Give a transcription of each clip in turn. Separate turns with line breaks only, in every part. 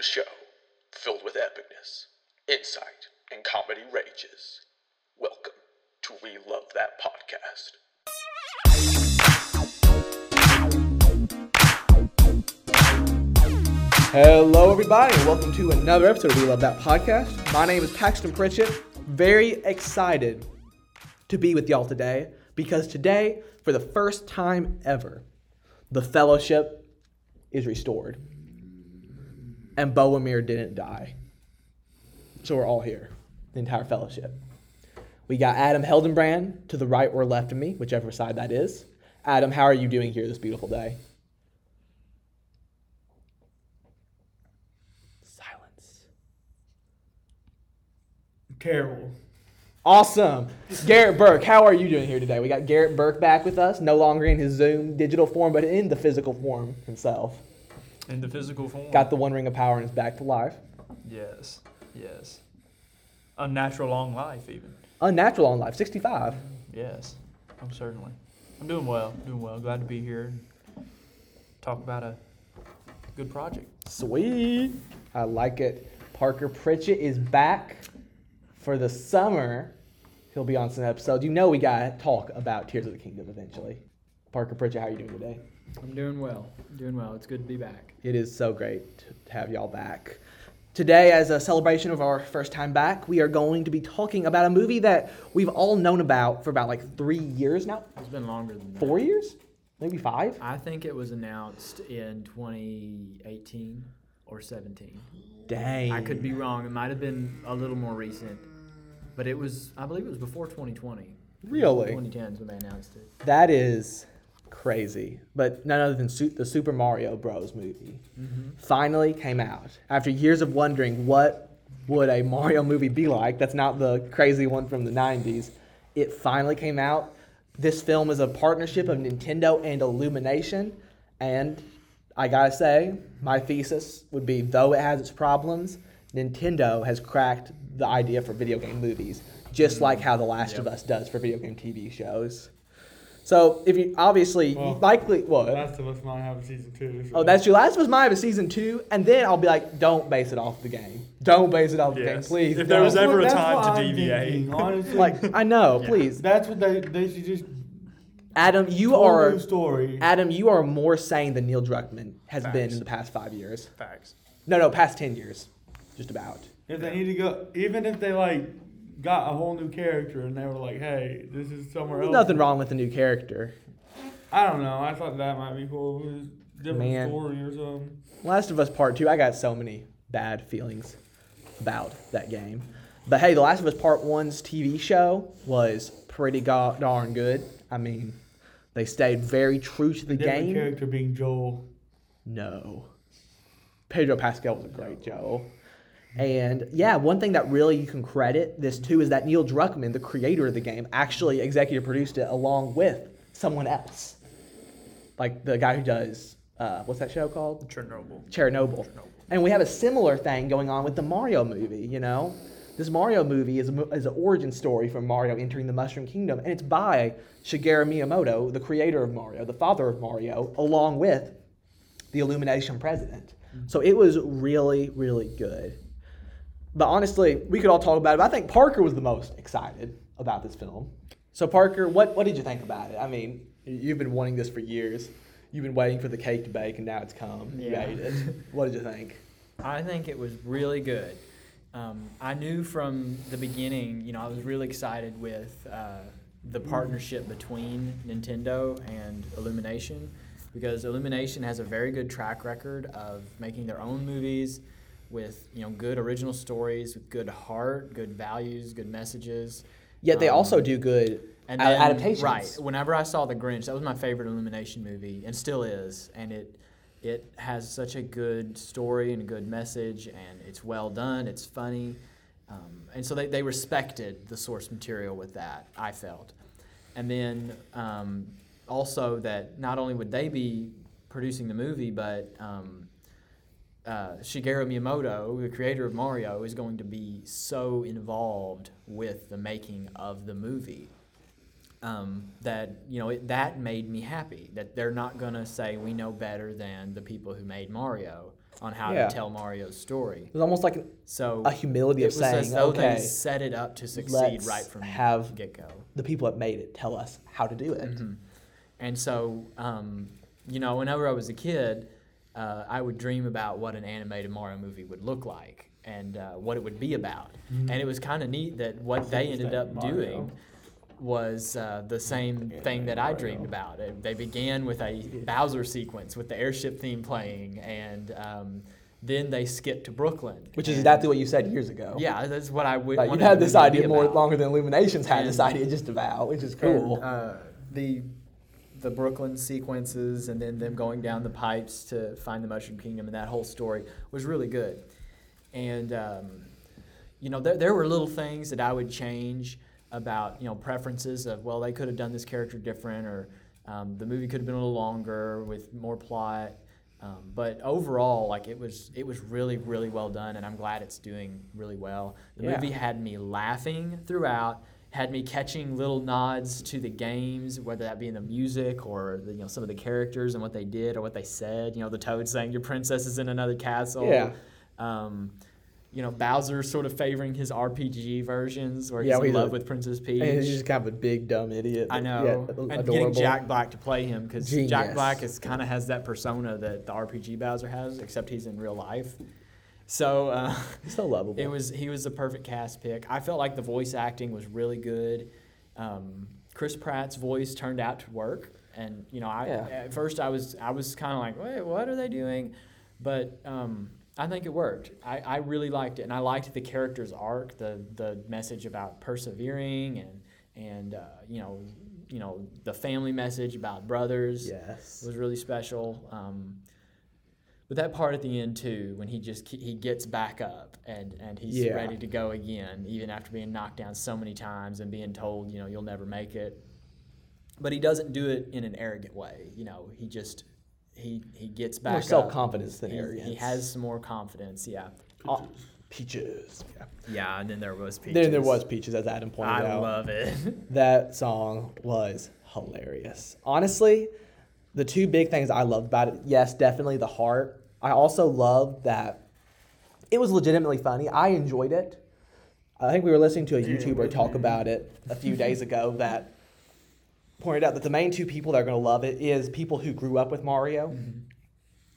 show, filled with epicness, insight, and comedy rages. Welcome to We Love That Podcast.
Hello, everybody, and welcome to another episode of We Love That Podcast. My name is Paxton Pritchett. Very excited to be with y'all today because today, for the first time ever, the fellowship is restored. And Boemir didn't die. So we're all here, the entire fellowship. We got Adam Heldenbrand to the right or left of me, whichever side that is. Adam, how are you doing here this beautiful day? Silence.
Terrible.
Awesome. Garrett Burke, how are you doing here today? We got Garrett Burke back with us, no longer in his Zoom digital form, but in the physical form himself.
In the physical form.
Got the one ring of power and is back to life.
yes. Yes. Unnatural long life even.
Unnatural on life, 65.
Yes. I'm certainly. I'm doing well. Doing well. Glad to be here. and Talk about a good project.
Sweet. I like it. Parker Pritchett is back for the summer. He'll be on some episodes. You know we got to talk about Tears of the Kingdom eventually. Parker Pritchett, how are you doing today?
I'm doing well. Doing well. It's good to be back.
It is so great to have y'all back. Today, as a celebration of our first time back, we are going to be talking about a movie that we've all known about for about like three years now.
It's been longer than that.
Four years? Maybe five?
I think it was announced in 2018 or 17.
Dang.
I could be wrong. It might have been a little more recent, but it was. I believe it was before 2020.
Really?
2010 is when they announced it.
That is crazy. But none other than Su- the Super Mario Bros. movie finally came out. After years of wondering what would a Mario movie be like, that's not the crazy one from the 90s, it finally came out. This film is a partnership of Nintendo and Illumination. And I gotta say, my thesis would be though it has its problems, Nintendo has cracked the idea for video game movies, just like how The Last of Us does for video game TV shows. So if you obviously
Well,
likely what
Last of Us might have a season two. so-
Oh, that's your last was mine of season two, and then I'll be like, don't base it off the game. Don't base it off the game,
Yes.
please.
If there was
don't."
ever a
That's
time
why-
to
I'm
deviate,
thinking,
honestly,
like I know, please,
that's what they they should just
Adam, you
whole new
are
story.
Adam, you are more sane than Neil Druckmann has been in the past five years.
Facts.
No, no, past ten years, just about.
if they need to go, even if they like got a whole new character and they were like, hey, this is somewhere
There's
else.
nothing wrong with a new character.
I don't know. I thought that might be cool. It was a different
Man.
story or something.
Last of Us Part Two. I got so many bad feelings about that game, but hey, The Last of Us Part One's TV show was pretty god darn good. I mean, they stayed very true to the
Different
game.
character being Joel.
No. Pedro Pascal was a great Joel. And yeah, one thing that really you can credit this to is that Neil Druckmann, the creator of the game, actually executive produced it along with someone else. Like the guy who does, uh, what's that show called?
Chernobyl.
Chernobyl. And we have a similar thing going on with the Mario movie, you know? This Mario movie is, a, mo- is an origin story for Mario entering the Mushroom Kingdom, and it's by Shigeru Miyamoto, the creator of Mario, the father of Mario, along with the Illumination president.
Mm-hmm.
So it was really, really good. But honestly, we could all talk about it. But I think Parker was the most excited about this film. So Parker, what, what did you think about it? I mean, y- you've been wanting this for years. You've been waiting for the cake to bake, and now it's come. You
Yeah.
ate it. What did you think?
I think it was really good. Um, I knew from the beginning, you know, I was really excited with uh, the partnership between Nintendo and Illumination because Illumination has a very good track record of making their own movies with, you know, good original stories, with good heart, good values, good messages.
Yet they
Um,
also do good
and
a-
then,
adaptations.
Right. Whenever I saw The Grinch, that was my favorite Illumination movie, and still is. And it it has such a good story and a good message, and it's well done. It's funny, um, and so they, they respected the source material with that. I felt, and then um, also that not only would they be producing the movie, but um, uh, Shigeru Miyamoto, the creator of Mario, is going to be so involved with the making of the movie um, that you know it, that made me happy. That they're not gonna say we know better than the people who made Mario on how
Yeah.
to tell Mario's story.
It was almost like an,
So
a humility
it
of
was as
saying,
though
okay,
they set it up to succeed
let's
right from
have-
get go.
the people that made it tell us how to do it.
Mm-hmm. And so, um, you know, whenever I was a kid, uh, I would dream about what an animated Mario movie would look like and uh, what it would be about.
Mm-hmm.
And it was kind of neat that what they
his
ended
name,
up
Mario.
doing was uh, the same thing that I dreamed about. It, they began with a Bowser sequence with the airship theme playing, and um, then they skipped to Brooklyn.
Which is
And-
exactly what you said years ago.
Yeah, that's what I would.
Like, you've
wanted
had
the
this
movie to be
idea more
about.
longer than Illuminations had this
And-
idea just about, which is
and,
cool.
uh, the the Brooklyn sequences and then them going down the pipes to find the Mushroom Kingdom and that whole story was really good. And um, you know, there, there were little things that I would change about you know preferences of well, they could have done this character different or um, the movie could have been a little longer with more plot. Um, but overall, like it was, it was really, really well done, and I'm glad it's doing really well. The
Yeah.
movie had me laughing throughout, had me catching little nods to the games, whether that be in the music or the, you know some of the characters and what they did or what they said. You know, the Toad saying "Your princess is in another castle."
Yeah.
Um, you know, Bowser sort of favoring his RPG versions where he's
Yeah, we
in
did.
love with Princess Peach.
and he's just kind of a big dumb idiot.
I
but
know.
yet
and
adorable.
getting Jack Black to play him because
Genius.
Jack Black is kind of has that persona that the RPG Bowser has, except he's in real life. So uh,
He's so lovable.
it was he was the perfect cast pick. I felt like the voice acting was really good. Um, Chris Pratt's voice turned out to work, and you know, I
Yeah.
at first I was I was kind of like, wait, what are they doing? But um, I think it worked. I, I really liked it, and I liked the character's arc, the the message about persevering and and uh, you know you know the family message about brothers
yes.
was really special. Um, but that part at the end too, when he just ke- he gets back up and and he's
Yeah.
ready to go again, even after being knocked down so many times and being told you know you'll never make it. But he doesn't do it in an arrogant way. You know, he just he he gets back
More
up.
self confidence than
He,
arrogance.
he has some more confidence. Yeah.
Oh, peaches. Yeah.
Yeah, and then there was Peaches.
Then there was peaches, as Adam pointed
I
out.
love it.
That song was hilarious. Honestly, the two big things I loved about it, yes, definitely the heart. I also loved that it was legitimately funny. I enjoyed it. I think we were listening to a YouTuber talk about it a few days ago that pointed out that the main two people that are going to love it is people who grew up with Mario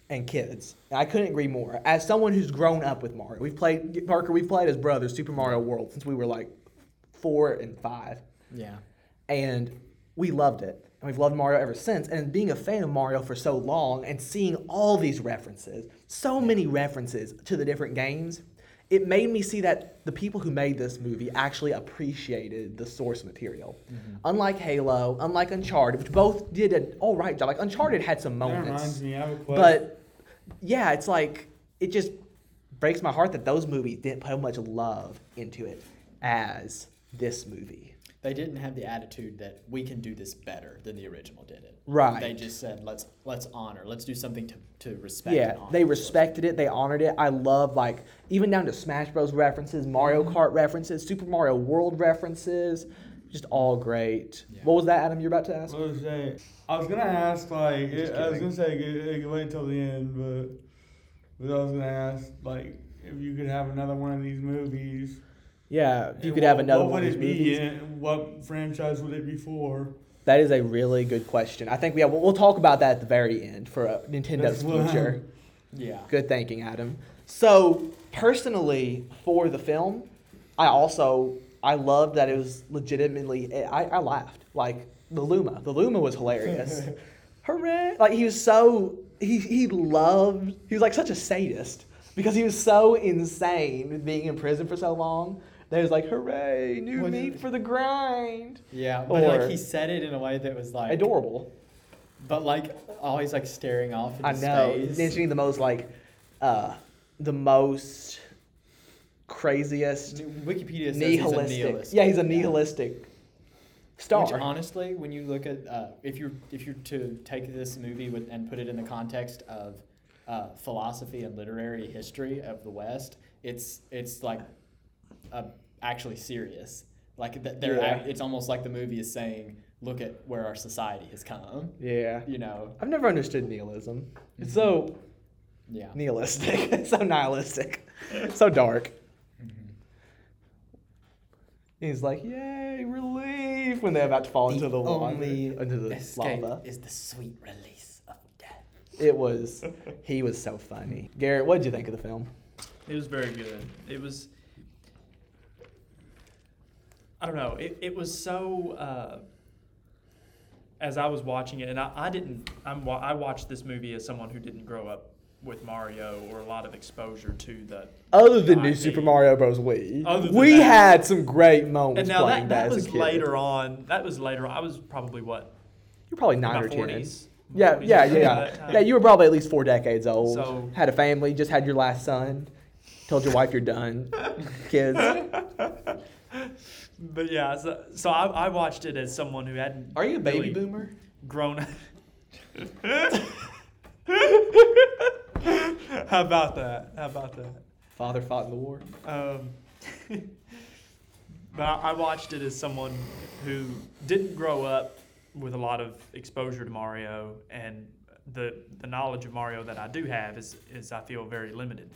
and kids. And I couldn't agree more. As someone who's grown up with Mario, we've played Parker. We've played as brothers Super Mario World since we were like four and five
yeah.
and we loved it. And we've loved Mario ever since. And being a fan of Mario for so long and seeing all these references, so many references to the different games, it made me see that the people who made this movie actually appreciated the source material.
Mm-hmm.
Unlike Halo, unlike Uncharted, which both did an all right job. Like Uncharted had some
That
moments.
reminds me, I would play.
But yeah, it's like it just breaks my heart that those movies didn't put as much love into it as this movie.
They didn't have the attitude that we can do this better than the original did it.
Right.
They just said let's let's honor, let's do something to, to respect.
yeah,
and honor
they
the
respected it. They honored it. I love like even down to Smash Bros references, Mario
Mm-hmm.
Kart references, Super Mario World references, just all great. What was that, Adam? You're about to ask.
What was that? I was gonna ask like it, I was gonna say it, it could wait till the end, but but I was gonna ask like if you could have another one of these movies.
Yeah, if you
and
could have
what-
another
What
one
would
of
it
these movies.
be? And what franchise would it be for?
That is a really good question. I think we have, we'll talk about that at the very end for uh, Nintendo's
That's what I'm-
future.
Yeah.
Good thinking, Adam. So personally, for the film, I also I loved that it was legitimately. eh, I, I laughed like the Luma. The Luma was hilarious. Hooray! Like he was so he he loved. He was like such a sadist because he was so insane with being in prison for so long. They was like, hooray, new
What-
meat for the grind.
Yeah, but like
Or-
he said it in a way that was like
Adorable.
but like always like staring off into
I know.
space.
Mentioning the most like, uh, the most craziest
Wikipedia says
nihilistic.
he's a nihilist.
Yeah, he's a nihilistic star.
Which honestly, when you look at uh, if you if you're to take this movie with, and put it in the context of uh, philosophy and literary history of the West, it's it's like uh, actually serious. Like th- they're
Yeah.
act, it's almost like the movie is saying
look at where our society has come.
Yeah. Mm-hmm.
You know,
I've never understood nihilism. It's so
yeah.
nihilistic. It's so nihilistic. so dark. Mm-hmm. And He's like, "Yay, relief!" when they're about to fall into the water, into the lava.
is the sweet release of death.
It was, he was so funny. Garrett, what did you think of the film?
It was very good. It was. I don't know. It, it was so. Uh, as I was watching it, and I, I didn't. I'm, wa- I watched this movie as someone who didn't grow up with Mario or a lot of exposure to the.
Other than
I
New
mean-
Super Mario Bros. Wii,
Other than
we
that.
had some great moments
And now
playing that,
that, that
as
was
a kid.
later on. That was later. on. I was probably what
You're probably
in
nine
my
or ten.
40s.
Yeah,
40s,
yeah,
something
yeah,
like that
yeah.
time.
You were probably at least four decades old.
So-
had a family, just had your last son. Told your wife you're done. Kids.
But yeah, so, so I, I watched it as someone who hadn't.
Are you a baby
really
boomer?
Grown. How about that? How about that?
Father fought in the war.
Um, but I, I watched it as someone who didn't grow up with a lot of exposure to Mario, and the the knowledge of Mario that I do have is is I feel very limited.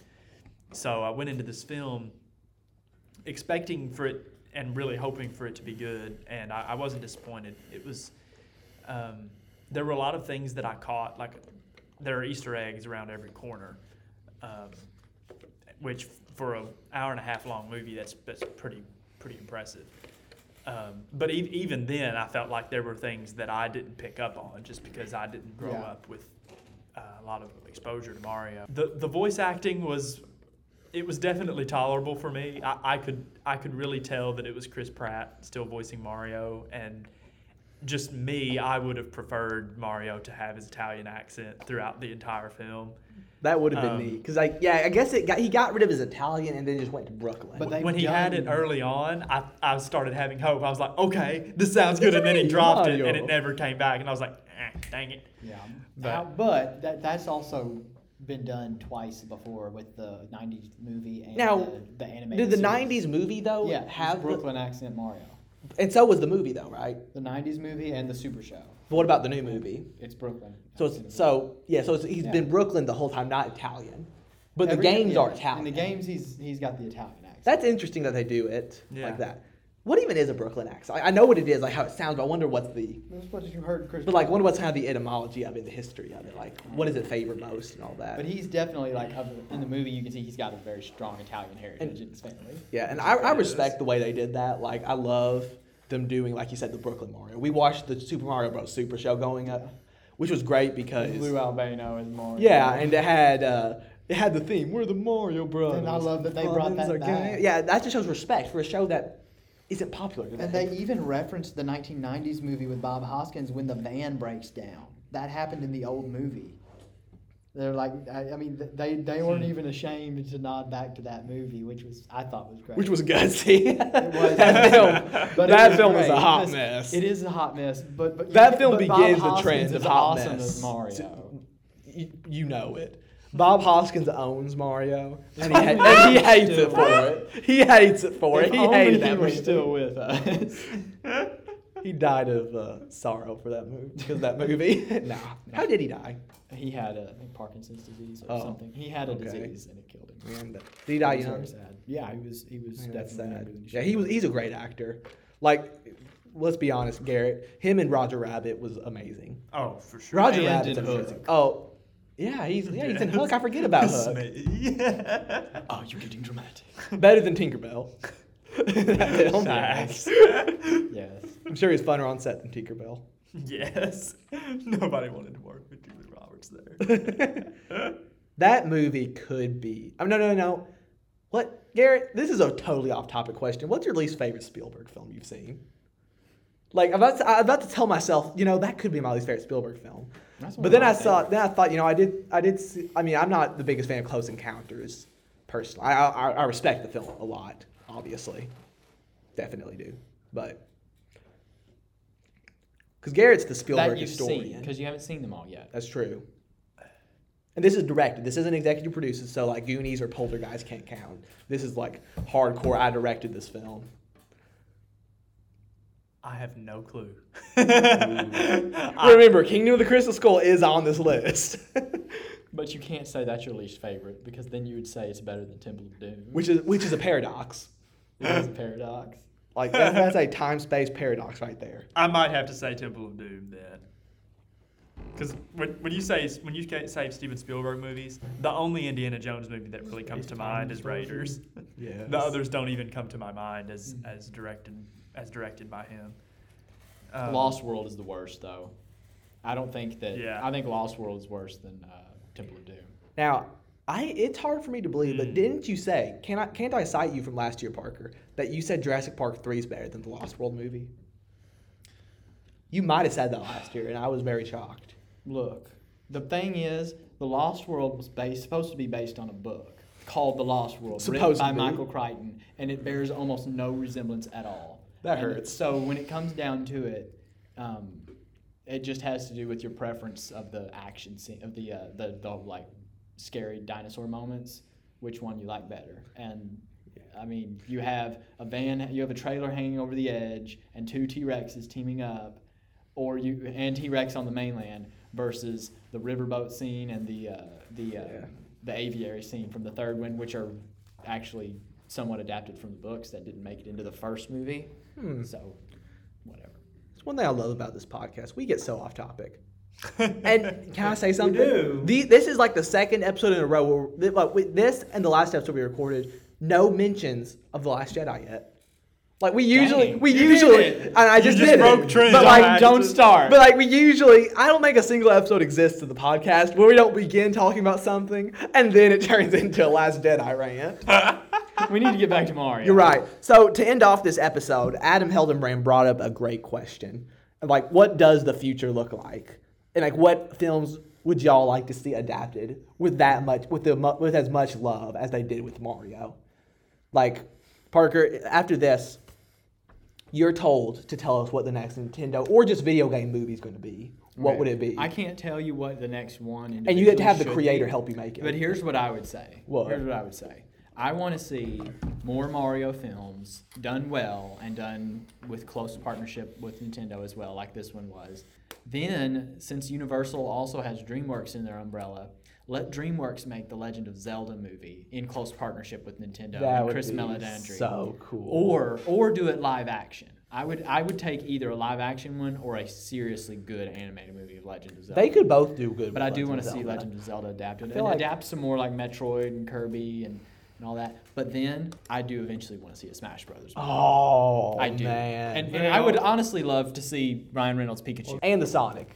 So I went into this film expecting for it and really hoping for it to be good, and I, I wasn't disappointed. It was. Um, there were a lot of things that I caught, like there are Easter eggs around every corner. Um, which for an hour and a half long movie, that's that's pretty pretty impressive. Um, but e- even then, I felt like there were things that I didn't pick up on just because I didn't grow
Yeah.
up with uh, a lot of exposure to Mario. The the voice acting was it was definitely tolerable for me. I, I could I could really tell that it was Chris Pratt still voicing Mario and just me, I would have preferred Mario to have his Italian accent throughout the entire film.
That would have been
Um,
me. Because, like, yeah, I guess it got, he got rid of his Italian and then just went to Brooklyn.
But they-
when he had it
done-
early on, I, I started having hope. I was like, okay, this sounds good, and then he
Hey,
dropped it, and
Mario.
it never came back, and I was like, eh, dang it.
Yeah.
But-
But, but that, that's also been done twice before with the 90s movie and
Now,
the, the animated
Did the
series.
90s movie, though,
yeah, it was
have the-
Brooklyn accent Mario.
and so was the movie, though, right?
The 90s movie and the Super Show.
But what about the new movie?
It's Brooklyn.
So,
accent
it's, so yeah, so it's, he's
Yeah.
been Brooklyn the whole time, not Italian. But the
Every-
games
yeah,
are Italian.
In the games, he's he's got the Italian accent.
That's interesting that they do it
Yeah.
like that. What even is a Brooklyn accent? I, I know what it is, like how it sounds, but I wonder what's the
That's what you heard, Chris.
but like I wonder what's kind of the etymology of it, the history of it, like what is it favored most and all that.
But he's definitely like of the- in the movie. You can see he's got a very strong Italian heritage
And-
in his family.
yeah, and I, I respect the way they did that. Like I love them doing, like you said, the Brooklyn Mario. We watched the Super Mario Bros. Super Show going up, which was great because
Lou Albano is Mario.
yeah, and it had uh, it had the theme. We're the Mario Bros.
And I love that they
Fun
brought
is our
that back.
game." Yeah, that just shows respect for a show that isn't popular. today.
And they even referenced the 1990s movie with Bob Hoskins when the van breaks down. That happened in the old movie. They're like, I, I mean, th- they they
Hmm.
weren't even ashamed to nod back to that movie, which was I thought was great.
which was gutsy.
was.
that film,
But it
that
was
film is
great.
a hot
It's-
mess.
It is a hot mess, but, but
that film
but Bob
begins the
Hoskins
trend of
is
hot
awesome
mess.
As Mario.
You, you know it. Bob Hoskins owns Mario, and he, ha- and he hates it for it. He hates it for it.
If
He
only
hated
he
that
were
movie.
still with us.
He died of uh, sorrow for that movie because that movie. nah, how did he die?
he had a I think Parkinson's disease or
Oh,
something. He had a
okay.
disease and it killed him.
Man, that- did he die
It was
young?
very sad. Yeah, he was. He was
Man,
definitely
that's sad.
doing
Yeah,
shit.
he was. He's a great actor. Like, let's be honest, Garrett. Him and Roger Rabbit was amazing.
Oh, for sure.
Roger
And
Rabbit's
in
amazing.
Hook.
Oh, yeah, he's yeah he's in Hook. I forget about Hook.
Oh, you're getting dramatic.
Better than Tinkerbell. That film.
Facts.
yes.
I'm sure he's funner on set than Tinkerbell.
yes. Nobody wanted to work with Julie Roberts there.
That movie could be. Oh no no no. What Garrett? This is a totally off-topic question. What's your least favorite Spielberg film you've seen? Like I'm about to, I'm about to tell myself, you know, that could be my least favorite Spielberg film.
That's one
But
of
then
my
I saw, then I thought, you know, I did, I did. See, I mean, I'm not the biggest fan of Close Encounters, personally. I, I, I respect the film a lot, obviously, definitely do. But because Garrett's the Spielberg
That you've seen
historian,
because you haven't seen them all yet.
that's true. And this is directed. This isn't executive produced, so like Goonies or Poltergeist can't count. This is like hardcore. I directed this film.
I have no clue.
Remember, Kingdom of the Crystal Skull is on this list,
But you can't say that's your least favorite because then you would say it's better than Temple of Doom.
which is which is a paradox.
It is a paradox.
Like that, that's a time space paradox right there.
I might have to say Temple of Doom then. Because when, when you say when you ca- say Steven Spielberg movies, the only Indiana Jones movie that really comes to mind is Raiders. Mm.
Yeah.
The others don't even come to my mind as as directed as directed by him. Um,
Lost World is the worst though. I don't think that.
Yeah.
I think Lost World is worse than uh, Temple of Doom.
Now, I it's hard for me to believe, but didn't you say? Can I can't I cite you from last year, Parker, that you said Jurassic Park three is better than the Lost World movie? You might have said that last year, and I was very shocked.
Look, the thing is, The Lost World was based, supposed to be based on a book called The Lost World,
Supposed to
written
be.
by Michael Crichton, and it bears almost no resemblance at all.
That
And
hurts.
So when it comes down to it, um, it just has to do with your preference of the action scene, of the uh, the, the like scary dinosaur moments, which one you like better. And I mean, you have a van, you have a trailer hanging over the edge, and two T Rexes teaming up, or you and T Rex on the mainland versus the riverboat scene and the uh, the uh,
Yeah.
the aviary scene from the third one, which are actually somewhat adapted from the books that didn't make it into the first movie. So, whatever.
It's one thing I love about this podcast. We get so off topic. and can I say something?
do.
The- this is like the second episode in a row where th- like, with this and the last episode we recorded, no mentions of the Last Jedi yet. Like we usually,
Dang,
we
you did
usually,
it.
and I
You
just,
just
did
broke
it.
trend.
But like,
Guys,
don't
it's-
start.
But like we usually, I don't make a single episode exist to the podcast where we don't begin talking about something and then it turns into a Last Jedi rant.
we need to get back to Mario.
You're right. So to end off this episode, Adam Heldenbrand brought up a great question. Like, what does the future look like? And like, what films would y'all like to see adapted with that much, with the mu- with as much love as they did with Mario? Like, Parker, after this, you're told to tell us what the next Nintendo or just video game movie is going to be. What
Okay.
would it be?
I can't tell you what the next one.
and you had to
individually
have the
should
creator
be,
help you make it.
But here's what I would say.
What?
Here's what I would say. I want to see more Mario films done well and done with close partnership with Nintendo as well, like this one was. Then, since Universal also has DreamWorks in their umbrella, let DreamWorks make the Legend of Zelda movie in close partnership with Nintendo
that
and
would
Chris
be
Meledandri
so cool.
or or do it live action. I would I would take either a live action one or a seriously good animated movie of Legend of Zelda.
they could both do good.
but I
with
do
Legend
want
of
to see
Zelda.
Legend of Zelda adapted
I
and
feel like-
adapt some more like Metroid and Kirby and, and all that. But then I do eventually want to see a Smash Brothers. Movie.
Oh
I do,
man!
and, and I would honestly love to see Ryan Reynolds Pikachu.
And the Sonic,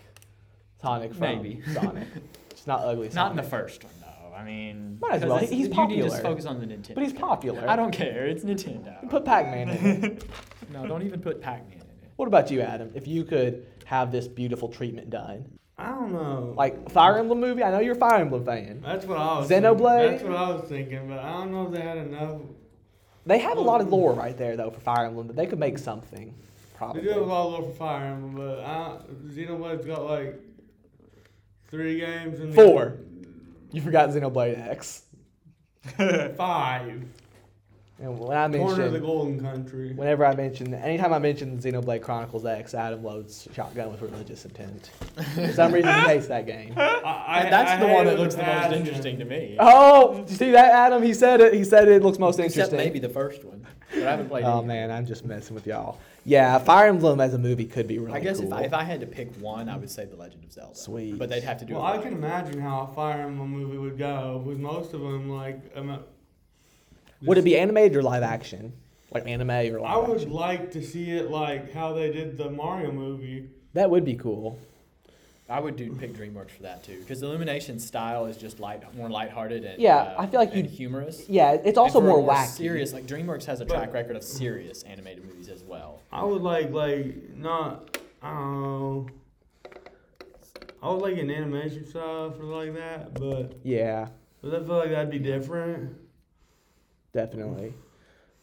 Sonic from
Maybe.
Sonic. It's not ugly.
Not in the
Sonic.
first one though. I mean,
Might as
'cause
well.
it's-
He- he's
You need to just
popular.
focus on the Nintendo.
But he's popular.
I don't care. It's Nintendo.
put Pac-Man in. it.
no, don't even put Pac-Man in it.
What about you, Adam? If you could have this beautiful treatment done,
I don't know.
like Fire Emblem movie. I know you're a Fire Emblem fan.
that's what I was.
Xenoblade?
Thinking. That's what I was thinking, but I don't know if they had enough.
They have a lot of lore right there though for Fire Emblem that they could make something.
They
Probably.
do have a lot of love for Fire Emblem, but I, Xenoblade's got like three games and
Four. You forgot Xenoblade X.
five.
And when I
Corner of the
mentioned,
Golden Country.
whenever I mentioned, anytime I mentioned Xenoblade Chronicles X, Adam loads shotgun with religious intent. For some reason, he hates that game.
I, I,
That's
I
the
hate
one
it
that
with
looks the most
passion.
interesting to me.
Oh, you see that, Adam? He said it. He said it looks most
Except
interesting.
maybe the first one. But I haven't played.
Oh
any.
man, I'm just messing with y'all. Yeah, Fire Emblem as a movie could be really
I guess
cool.
if, I, if I had to pick one, I would say The Legend of Zelda.
Sweet.
But they'd have to do
Well,
it.
I
right.
can imagine how a Fire Emblem movie would go with most of them. Like, um,
Would it be animated or live action? Like anime or live
I would
action?
like to see it like how they did the Mario movie.
That would be cool.
I would do pick DreamWorks for that too, because Illumination's style is just light, more lighthearted and
Yeah,
uh,
I feel like
and
you'd-
humorous.
Yeah, it's also
And for a
more, wacky.
Serious, like DreamWorks has a
But-
track record of serious animated movies as well.
I would like like not. I don't know. I would like an animation style for like that, but
Yeah,
but I feel like that'd be different.
definitely.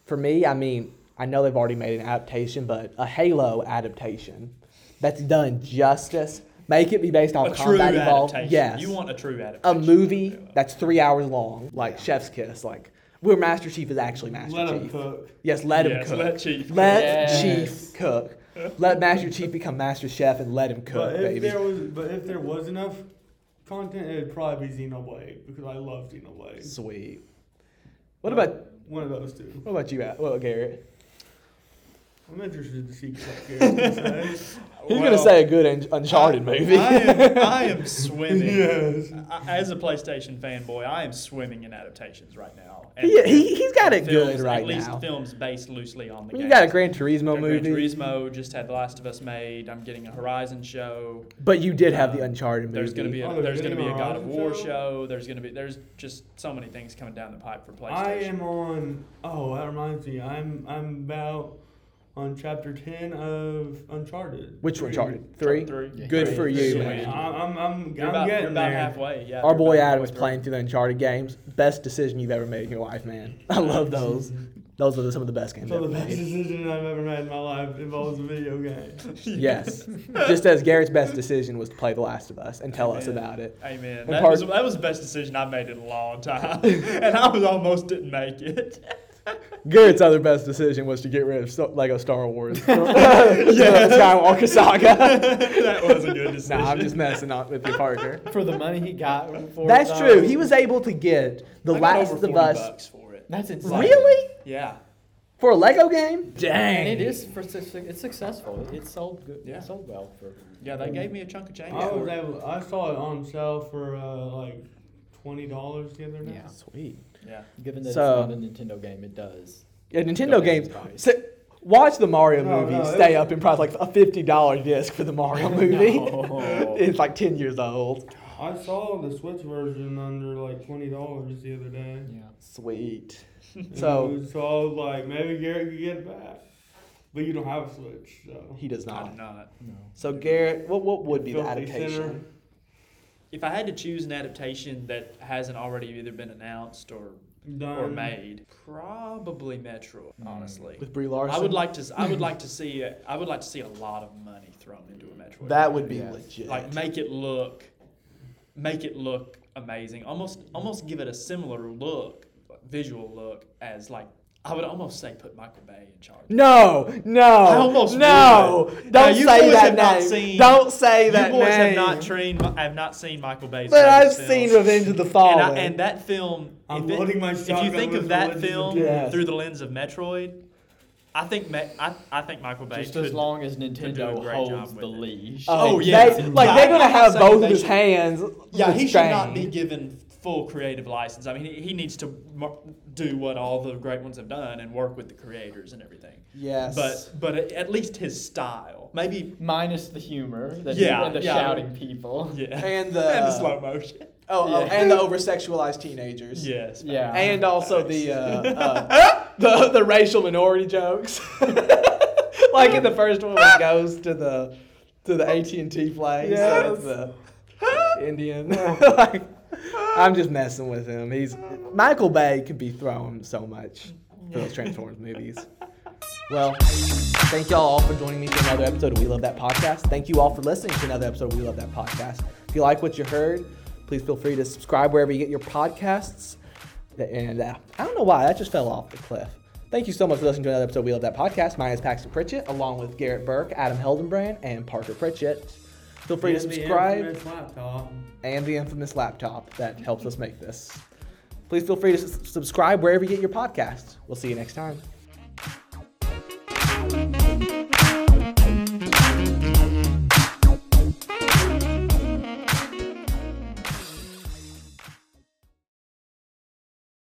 For me, I mean, I know they've already made an adaptation, but a Halo adaptation that's done justice. Make it be based on
a true
combat evolved.
adaptation.
Yes.
You want a true
a
adaptation.
movie that's three hours long, like Chef's Kiss, like where Master Chief is actually Master
Let
Chief.
them cook.
Yes, let him
Yes,
cook.
let Chief
Let
cook.
Chief cook. Let Master Chief become Master Chef and let him cook,
But if
baby.
there was, but if there was enough content, it'd probably be Xenoblade because I love Xenoblade.
Sweet. What about
One of those two.
what about you, Al- well, Garrett?
I'm interested to see what Garrett's gonna say.
He's
Well,
gonna say a good Un- Uncharted movie.
I am, I am swimming.
Yes.
I- As a PlayStation fanboy, I am swimming in adaptations right now.
He- he- he's got it good
films,
right
At least
now.
films based loosely on the
When
game.
you got a Gran Turismo
Gran
movie,
Turismo just had The Last of Us made. I'm getting a Horizon show.
but you did have the Uncharted movie.
There's going to be a,
Oh, they're
there's going
doing
to be a
a
God of
Horizon
War
show?
show. There's going to be there's just so many things coming down the pipe for PlayStation.
I am on. Oh, that reminds me. I'm I'm about on chapter ten of Uncharted.
Which
Three.
Uncharted?
Chapter
Three.
three.
Good
Three.
for you,
Sweet.
man.
I'm I'm I'm,
You're
I'm
about,
getting
you're about
there.
halfway. Yeah.
Our
you're
boy
about
Adam's
halfway
playing through the Uncharted games. Best decision you've ever made in your life, man. I love those. Those are some of the best games.
So
ever
the best
made.
decision I've ever made in my life involves a video game.
Yes. Just as Garrett's best decision was to play The Last of Us and tell us
Amen.
about it.
Amen.
And
That,
part-
was, that was the best decision I made in a long time, and I was almost didn't make it.
Garrett's other best decision was to get rid of Sta- Lego Star Wars, yeah. Skywalker Saga.
that was a good decision.
nah, I'm just messing up with your partner.
for the money he got. For
That's
those.
true. He was able to get The
I got
Last
over
of
40
Us.
bucks for it.
That's insane.
Really?
Yeah.
For a Lego game? Dang.
And it is for suc- it's successful. It sold good.
Yeah.
It sold well for.
Yeah, they gave me a chunk of change
Oh,
I
for
was
it.
able, I saw it on sale for uh, like twenty dollars the other night.
Yeah.
Sweet.
Yeah.
Given that
So-
it's not a Nintendo game, it does.
Yeah,
Don't
Nintendo
get
games.
me started.
sit- watch the Mario
No,
movie
no,
stay
it-
up in price like a fifty dollar disc for the Mario movie.
No.
it's like ten years old.
I saw the Switch version under like twenty dollars the other day.
Yeah.
Sweet.
And it
So
was- so I was like, maybe Garrett could get it back, but you don't have a Switch, so.
he does
I did
not.
not.
No.
So Garrett, what what would be the
Filthy sinner.
adaptation?
If I had to choose an adaptation that hasn't already either been announced or or
Done.
made, probably Metro. Honestly,
Um, Hmm. With Brie Larson.
I would like to. s- I would like to see. a- I would like to see a lot of money thrown into a Metroid.
that would be
Yeah.
legit.
like make it look, make it look amazing. Almost, almost give it a similar look, visual look as like I would almost say put Michael Bay in charge.
no, no,
I almost
no!
would.
Don't
Now, you
say
boys
that
have not
name.
seen-
Don't say that
you boys have
name.
not trained. Have not seen Michael Bay's.
but I've
latest
seen
films.
Revenge of the
And,
Fallen.
I, and that film, if,
I'm
it-
loading my
if you
shotgun
think
with
of
the
that
Legend of
film
Yes.
through the lens of Metroid, I think Ma- I, I think Michael Bay
Just
could,
as long as
could do a
Nintendo
great
holds
job
the
with it.
leash.
oh,
Oh, yes.
they, like they're
I'm
gonna
not
have
saying
both
they
of his
should-
hands.
Yeah, he should not be
restrained.
given full creative license. I mean, he, he needs to mar- do what all the great ones have done and work with the creators and everything.
Yes.
But but a- at least his style, maybe.
Minus the humor that
Yeah,
and the
yeah.
shouting people.
Yeah.
And the-
and the slow motion.
Oh, oh,
Yeah.
and the over sexualized teenagers.
Yes.
Yeah.
And also the uh, uh, the the racial minority jokes. like in the first one when it goes to the to the AT and T play. So it's the Indian. like, I'm just messing with him. He's Michael Bay could be thrown so much for those Transformers movies. Well, thank y'all all for joining me for another episode of We Love That Podcast. Thank you all for listening to another episode of We Love That Podcast. If you like what you heard, please feel free to subscribe wherever you get your podcasts. And uh, I don't know why, that just fell off the cliff. Thank you so much for listening to another episode of We Love That Podcast. My name is Paxton Pritchett, along with Garrett Burke, Adam Heldenbrand, and Parker Pritchett. Feel free to
And the
subscribe
infamous laptop.
and the infamous laptop that helps us make this. Please feel free to s- subscribe wherever you get your podcasts. We'll see you next time.